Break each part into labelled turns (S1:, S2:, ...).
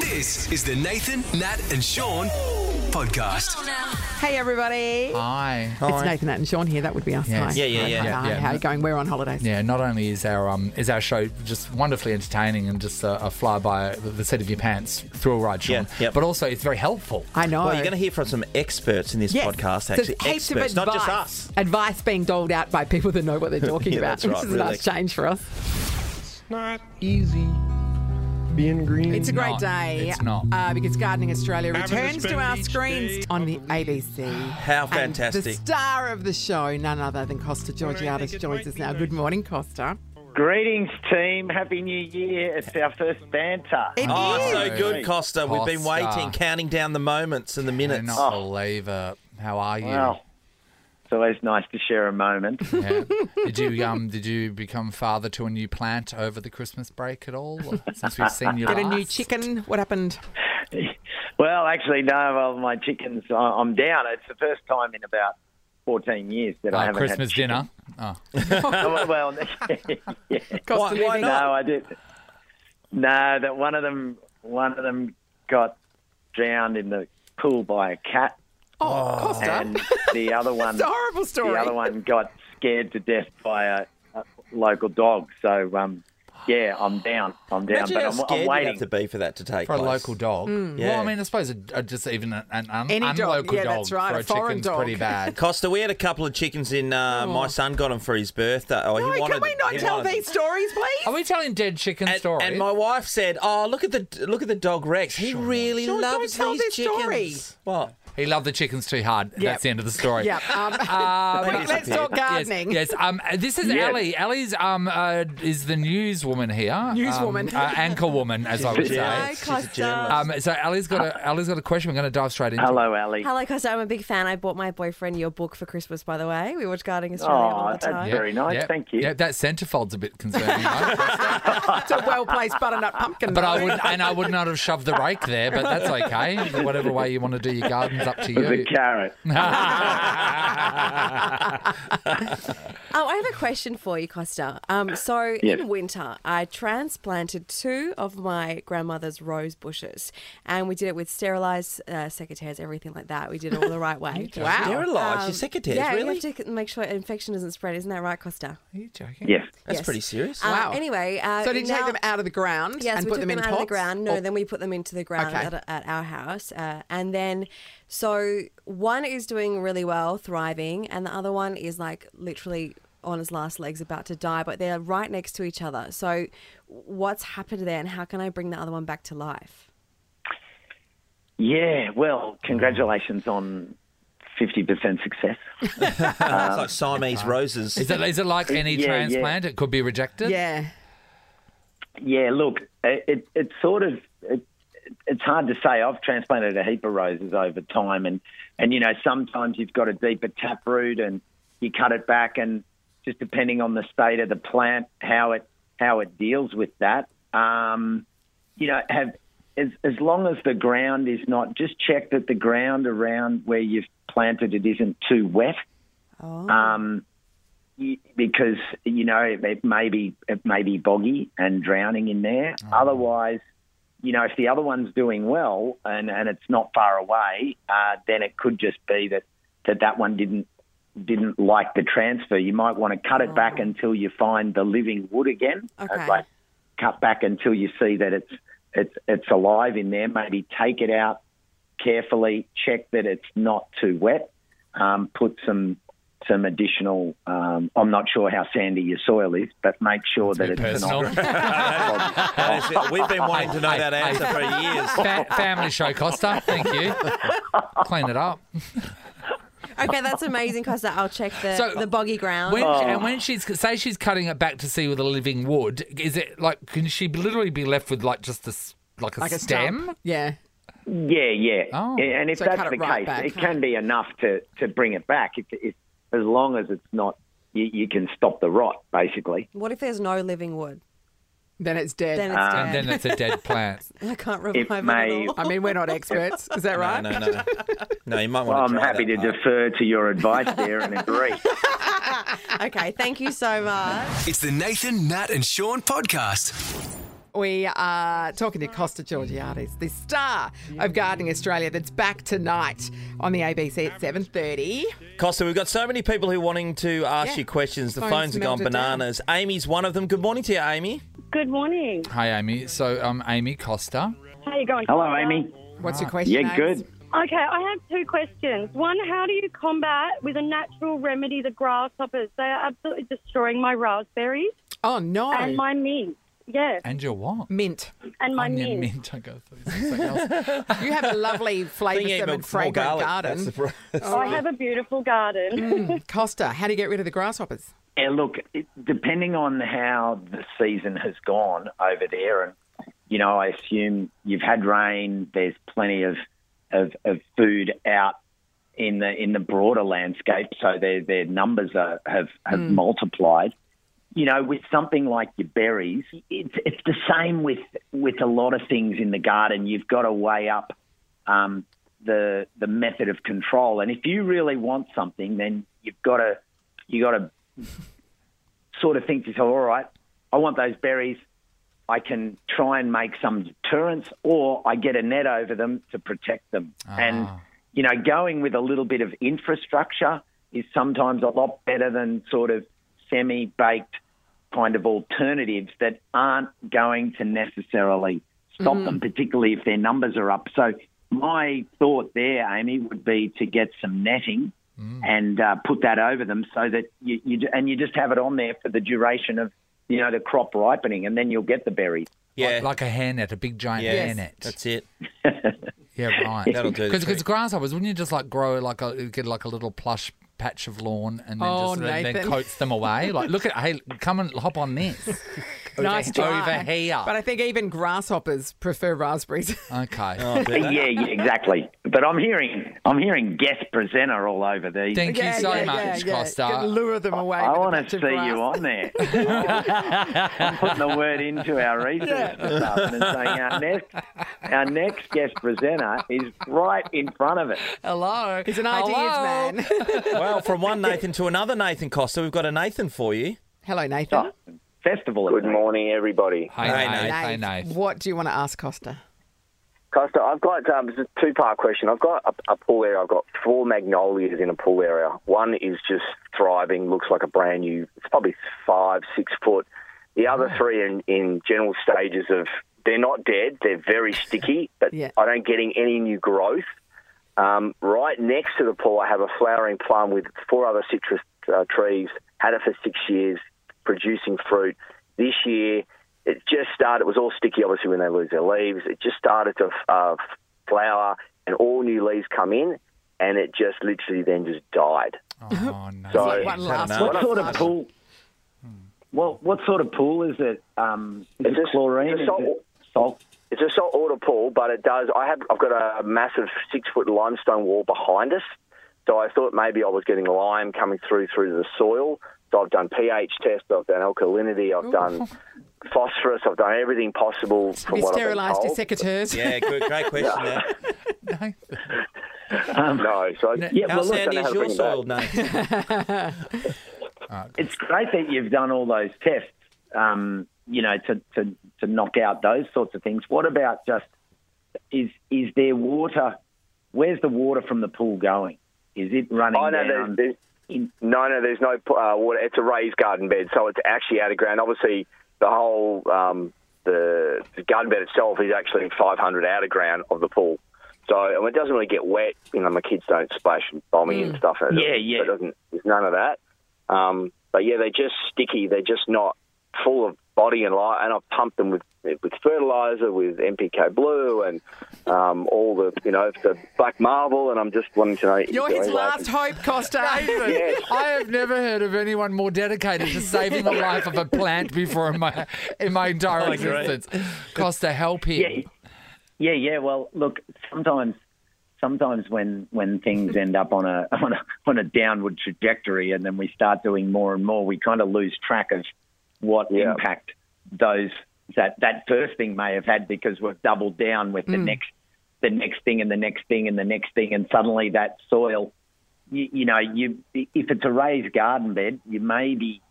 S1: This is the Nathan, Nat, and Sean podcast.
S2: Hey everybody.
S3: Hi.
S2: It's Nathan, Nat, and Sean here. That would be us.
S3: Yes.
S2: Hi.
S3: Yeah,
S4: yeah,
S2: Hi,
S4: yeah.
S2: hi, hi.
S3: Yeah,
S2: How
S3: yeah.
S2: are you going? We're on holidays.
S3: Yeah, not only is our um is our show just wonderfully entertaining and just a, a fly by the, the seat of your pants thrill ride, Sean,
S4: Yeah, yep.
S3: but also it's very helpful.
S2: I know.
S4: Well, Oh, you're going to hear from some experts in this
S2: Yes.
S4: podcast,
S2: There's
S4: actually.
S2: heaps of
S4: Experts, not just
S2: advice.
S4: us.
S2: Advice being doled out by people that know what they're talking
S4: Yeah,
S2: about,
S4: that's right,
S2: which is a nice
S4: really.
S2: change for us.
S5: not easy being green.
S2: It's a great
S3: not.
S2: day.
S3: It's not.
S2: Uh, because Gardening Australia
S5: Having to
S2: returns to
S5: spend
S2: our
S5: each
S2: screens
S5: day
S2: on
S5: of
S2: the
S5: the week.
S2: ABC.
S4: How
S2: And the
S4: fantastic.
S2: star of the show, none other than Costa
S5: think
S2: Georgiadis,
S5: it
S2: joins
S5: might
S2: us
S5: be
S2: now.
S5: nice.
S2: Good morning, Costa.
S6: Greetings, team. Happy New Year. It's our first banter.
S2: It
S4: Oh,
S2: is.
S4: so good, Costa. We've been
S3: Costa.
S4: waiting, counting down the moments and the
S3: I
S4: minutes.
S3: cannot believe it. How are you?
S6: Wow. It's always nice to share a moment.
S3: Yeah. Did you um did you become father to a new plant over the Christmas break at all? Since we've seen you
S2: Get a new
S3: last?
S2: chicken. What happened?
S6: well, actually, no. Well, my chickens, I- I'm down. It's the first time in about 14 years that I
S3: Uh,
S6: haven't
S3: Christmas
S6: had
S3: dinner. Oh.
S6: dinner. well, yeah.
S2: Costa
S4: why
S2: living-
S4: not?
S6: no, I did. No, that one of them, one of them got drowned in the pool by a cat,
S2: Oh, Costa.
S6: and the other one.
S2: It's a horrible story.
S6: The other one got scared to death by a, a local dog. So, um, yeah, I'm down. I'm down.
S4: Imagine
S6: but
S4: how
S6: I'm,
S4: scared
S6: I'm
S4: you'd have
S6: waiting.
S4: to be for that to take
S3: For a
S4: place.
S3: local dog. Well,
S4: Yeah.
S3: I mean, I suppose a, a, just even an, an un-
S2: Hmm. Any dog.
S3: unlocal
S2: Yeah,
S3: dog
S2: that's right,
S3: for
S2: a
S3: a,
S2: foreign
S3: chicken's
S2: dog.
S3: pretty bad.
S4: Costa, we had a couple of chickens in. Uh,
S3: Oh.
S4: My son got them for his birthday. Oh,
S2: No,
S4: he wanted
S2: can we
S4: them.
S2: not
S4: He
S2: tell
S4: wanted them.
S2: these stories, please?
S3: Are we telling dead chicken
S4: And,
S3: stories?
S4: and my wife said, "Oh, look at the look at the dog Rex. He really
S2: Sean, don't
S4: loves
S2: tell
S4: these
S2: this story.
S4: chickens." What?
S3: He loved the chickens too hard. That's the end of the story.
S2: Yeah. Um, quick, let's talk
S3: Yes,
S2: gardening.
S3: Yes, Um, uh, this is
S6: Yes.
S3: Ellie. Ellie's um, uh, is the newswoman here.
S2: Newswoman.
S3: um, uh, anchor woman, as I would
S4: Yes,
S3: say.
S4: she's a
S7: Costa.
S4: journalist.
S3: Um, so Ellie's got a Ellie's got a question. We're going to dive straight into.
S6: Hello, Ali.
S7: Hello, Costa. I'm a big fan. I bought my boyfriend your book for Christmas, by the way. We watch Guarding Australia all
S6: Oh,
S7: the
S6: that's
S7: time.
S6: very nice.
S3: Yeah,
S6: Thank you.
S3: Yeah, that centerfold's a bit concerning. though.
S2: It's a well placed butternut pumpkin.
S3: but I would and I would not have shoved the rake there. But that's okay. Whatever way you want to do your garden's up to
S6: It was a
S3: you.
S6: carrot.
S7: Oh, I have a question for you, Costa. Um, so
S6: Yes.
S7: in winter, I transplanted two of my grandmother's rose bushes, and we did it with sterilized uh, secateurs, everything like that. We did it all the right way.
S2: Wow.
S4: They're alive.
S7: Um,
S4: She's secretaries,
S7: yeah,
S4: really?
S7: you have to make sure infection doesn't spread. Isn't that right, Costa?
S3: Are you joking?
S6: Yes.
S4: That's
S7: Yes.
S4: pretty serious.
S7: Uh,
S2: Wow.
S7: anyway, uh,
S2: so did you
S7: now-
S2: take them out of the ground
S7: Yes,
S2: and
S7: we
S2: put
S7: took
S2: them in
S7: out
S2: pots?
S7: of the ground. No, then we put them into the ground
S2: Okay.
S7: at, at our house. Uh, and then, so one is doing really well, thriving, and the other one is like literally on his last legs, about to die, but they're right next to each other. So, what's happened there, and how can I bring the other one back to life?
S6: Yeah. Well, congratulations on 50% success.
S4: it's like Siamese roses.
S3: Is it, is it like any
S6: Yeah, yeah.
S3: transplant? It could be rejected.
S2: Yeah.
S6: Yeah. Look, it, it, it's sort of. It, it's hard to say. I've transplanted a heap of roses over time, and and you know sometimes you've got a deeper tap root, and you cut it back, and just depending on the state of the plant, how it how it deals with that. Um, you know, have as as long as the ground is not just check that the ground around where you've planted it isn't too wet. Um, y- because you know it, it may be it may be boggy and drowning in there. Otherwise, you know, if the other one's doing well and, and it's not far away, uh, then it could just be that, that that one didn't didn't like the transfer. You might want to cut it back until you find the living wood again. Uh,
S7: Okay.
S6: Like cut back until you see that it's it's it's alive in there. Maybe take it out carefully, check that it's not too wet. Um, put some some additional. Um, I'm not sure how sandy your soil is, but make sure that it's
S3: personal.
S6: not.
S4: That is it. We've been wanting to know that
S3: Hey, hey,
S4: answer for years.
S3: Fa- family show, Costa. Thank you. Clean it up.
S7: Okay, that's amazing, Costa. I'll check the,
S3: So-
S7: the boggy ground.
S3: When,
S4: Oh.
S3: And when she's say she's cutting it back to sea with a living wood, is it like can she literally be left with like just this like a
S2: Like a
S3: stem?
S2: stump. Yeah.
S6: Yeah, yeah.
S3: Oh.
S6: And if
S2: So cut
S6: that's
S2: it
S6: the
S2: right
S6: case,
S2: back.
S6: it can be enough to, to bring it back, if, if, as long as it's not. You, you can stop the rot, basically.
S7: what if there's no living wood?
S2: Then it's dead.
S7: Then it's
S3: And
S7: dead.
S3: then it's a dead plant.
S7: I can't
S6: It
S7: revive it,
S6: may.
S7: at all.
S2: I mean, we're not experts. Is that right?
S4: No, no, no. No, you might want
S6: Well,
S4: to.
S6: I'm
S4: try
S6: happy to
S4: that part.
S6: defer to your advice there and agree.
S7: okay, thank you so much.
S1: It's the Nathan, Nat, and Sean podcast.
S2: we are talking to Costa Georgiades, the star of Gardening Australia, that's back tonight on the ABC at 7.30.
S4: Costa, we've got so many people who wanting to ask
S2: Yeah.
S4: you questions. The
S2: Phones
S4: phones, are gone
S2: melted down.
S4: bananas. Amy's one of them. Good morning to you, Amy.
S8: Good morning.
S3: Hi, Amy. So, um, Amy Costa.
S8: How you going?
S6: Hello, Amy.
S2: What's your question?
S6: Yeah,
S2: Ames?
S6: good.
S8: Okay, I have two questions. One, how do you combat with a natural remedy the grasshoppers? They are absolutely destroying my raspberries
S2: Oh, no.
S8: and my mint. Yes,
S3: And your what?
S2: Mint.
S8: and my
S3: Onion
S8: mint.
S3: mint. I go through something else.
S2: You have a lovely flavoursome and fragrant
S4: That's
S2: garden.
S4: the pro-
S8: I have a beautiful garden.
S2: Costa, how do you get rid of the grasshoppers?
S6: Yeah, look, it, depending on how the season has gone over there, and you know, I assume you've had rain. There's plenty of of, of food out in the in the broader landscape, so their their numbers are, have have multiplied. You know, with something like your berries, it's it's the same with with a lot of things in the garden. You've got to weigh up um, the the method of control, and if you really want something, then you've got to you got to sort of think to yourself, all right, I want those berries. I can try and make some deterrence, or I get a net over them to protect them. And you know, going with a little bit of infrastructure is sometimes a lot better than sort of semi-baked kind of alternatives that aren't going to necessarily stop them, particularly if their numbers are up. So my thought there, Amy, would be to get some netting and uh, put that over them so that you, you ju- and you just have it on there for the duration of you know the crop ripening, and then you'll get the berries.
S4: yeah,
S3: Like, like a hairnet, a big giant
S4: Yeah.
S3: hair hairnet.
S4: that's it.
S3: Yeah, right.
S4: That'll do the
S3: Because
S4: trick.
S3: grasshoppers, wouldn't you just like grow like a get like a little plush patch of lawn and then
S2: Oh,
S3: just and then
S2: Nathan.
S3: coats them away? Like, look at hey, come and hop on this.
S2: Nice try.
S3: over here.
S2: But I think even grasshoppers prefer raspberries.
S3: Okay.
S4: Oh, do that.
S6: yeah, yeah, exactly. But I'm hearing I'm hearing guest presenter all over these.
S3: Thank you so much,
S2: Could
S3: Costa.
S2: lure them away.
S6: I
S2: with a
S6: want
S2: bunch
S6: to
S2: of
S6: see
S2: grass.
S6: you on there. I'm putting the word into our research department and saying our next, our next guest presenter is right in front of it.
S3: Hello.
S2: He's an ideas
S3: Hello.
S2: man.
S4: well, from one Nathan to another Nathan Costa, we've got a Nathan for you.
S2: Hello, Nathan.
S6: Festival.
S9: Good morning, everybody.
S3: Hey,
S4: Hey,
S3: Nate.
S4: Nate.
S3: Hey,
S2: Dave,
S3: Nate.
S2: What do you want to ask Costa?
S9: Costa, I've got um, it's a two-part question. I've got a, a pool area. I've got four magnolias in a pool area. One is just thriving, looks like a brand new. It's probably five, six foot. The other three in, in general stages of they're not dead. They're very sticky, but
S2: Yeah.
S9: I don't getting any new growth. Um, right next to the pool, I have a flowering plum with four other citrus uh, trees. Had it for six years, producing fruit. This year, it just started. It was all sticky, obviously, when they lose their leaves. It just started to uh, flower, and all new leaves come in, and it just literally then just died.
S3: Oh, no.
S9: So
S2: Like one last
S4: know.
S2: one.
S6: What sort of pool? Well, what sort of pool is it? Um, is
S9: It's
S6: it
S9: just-
S6: chlorine?
S9: it's
S6: Is
S9: salt-
S6: it salt?
S9: It's a saltwater pool, but it does. I have. I've got a massive six-foot limestone wall behind us, so I thought maybe I was getting lime coming through through the soil. So I've done pH test. I've done alkalinity. I've done phosphorus. I've done everything possible from
S2: Be
S9: what I've been
S2: sterilised to
S9: told.
S2: secateurs.
S4: Yeah, good, great question. there.
S9: no, so
S6: Yeah,
S4: How
S6: well, look,
S9: don't
S4: sandy
S9: know how
S4: is your
S9: to bring it back.
S4: soil, Nathan?
S6: It's great that you've done all those tests. Um, you know, to, to to knock out those sorts of things. What about just is is there water? Where's the water from the pool going? Is it running
S9: Oh, no,
S6: down?
S9: there's, there's,
S6: in-
S9: no, no, there's no uh, water. It's a raised garden bed, so it's actually out of ground. Obviously, the whole um, the, the garden bed itself is actually 500 out of ground of the pool. So and it doesn't really get wet. You know, my kids don't splash and bomb me and stuff. It
S6: Hmm. Yeah,
S9: doesn't-
S6: yeah.
S9: It doesn't. There's none of that. Um, but yeah, they're just sticky. They're just not full of body and life. And I've pumped them with with fertilizer, with MPK blue, and um, all the you know the black marble. And I'm just wanting to know. is
S2: You're
S9: there
S2: his
S9: any way I
S2: last
S9: can-
S2: hope, Costa.
S9: Yes.
S3: I have never heard of anyone more dedicated to saving the life of a plant before in my in my entire existence. Costa, help him.
S6: Yeah, yeah, yeah. Well, look, sometimes, sometimes when when things end up on a on a on a downward trajectory, and then we start doing more and more, we kind of lose track of what
S9: Yeah.
S6: impact those that that first thing may have had because we've doubled down with the next the next thing and the next thing and the next thing, and suddenly that soil, you, you know, you if it's a raised garden bed, you may be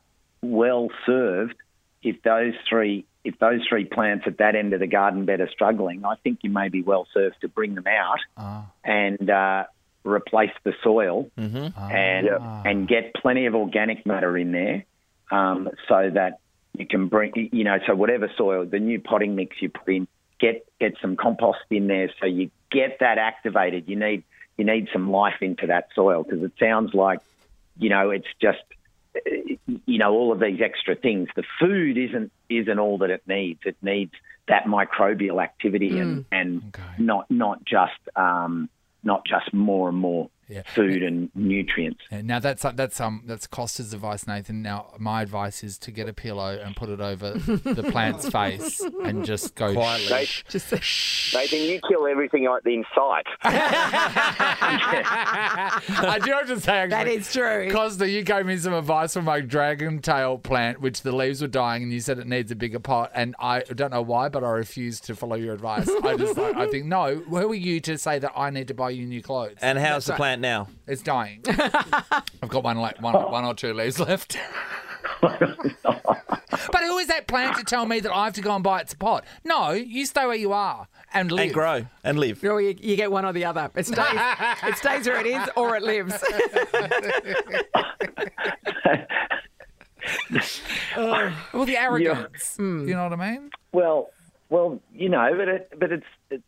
S6: well served if those three if those three plants at that end of the garden bed are struggling, I think you may be well served to bring them out and uh, replace the soil and and get plenty of organic matter in there, um, so that you can bring you know so whatever soil the new potting mix you put in get get some compost in there so you get that activated. You need you need some life into that soil because it sounds like you know it's just you know all of these extra things the food isn't isn't all that it needs it needs that microbial activity and and not not just um not just more and more
S3: Yeah.
S6: food and nutrients
S3: Yeah, Now that's that's um that's Costa's advice, Nathan. Now my advice is to get a pillow and put it over the plant's face and just go quietly.
S2: Just
S9: Nathan, you kill everything on- in sight.
S3: I do have to say, actually,
S2: That is true.
S3: Costa, you gave me some advice for my dragon tail plant, which the leaves were dying, and you said it needs a bigger pot. And I don't know why, but I refused to follow your advice. I just, like, I think, no, who are you to say that I need to buy you new clothes?
S4: And how's the plant now?
S3: It's dying. I've got one, like, one, one or two leaves left. but who is that plant to tell me that I have to go and buy its pot? No, you stay where you are and live.
S4: And grow and live.
S2: Or you, you get one or the other. It stays, it stays where it is or it lives. Oh,
S3: Well, the arrogance. You know what I mean?
S6: Well, well, you know, but it, but it's it's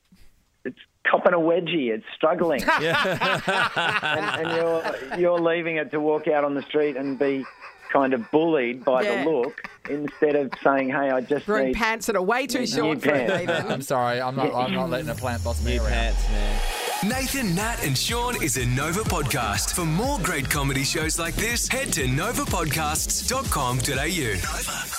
S6: it's copping a wedgie. It's struggling, and, and you're you're leaving it to walk out on the street and be kind of bullied by
S2: Yeah.
S6: the look instead of saying, "Hey, I just
S2: Wearing
S6: need."
S2: pants that are way too short for it,
S6: pants.
S2: Nathan.
S3: I'm sorry. I'm not. I'm not letting a plant boss me
S4: New
S3: around.
S4: pants, man.
S1: Nathan, Nat, and Sean is a Nova podcast. For more great comedy shows like this, head to novapodcasts.com.au. Nova.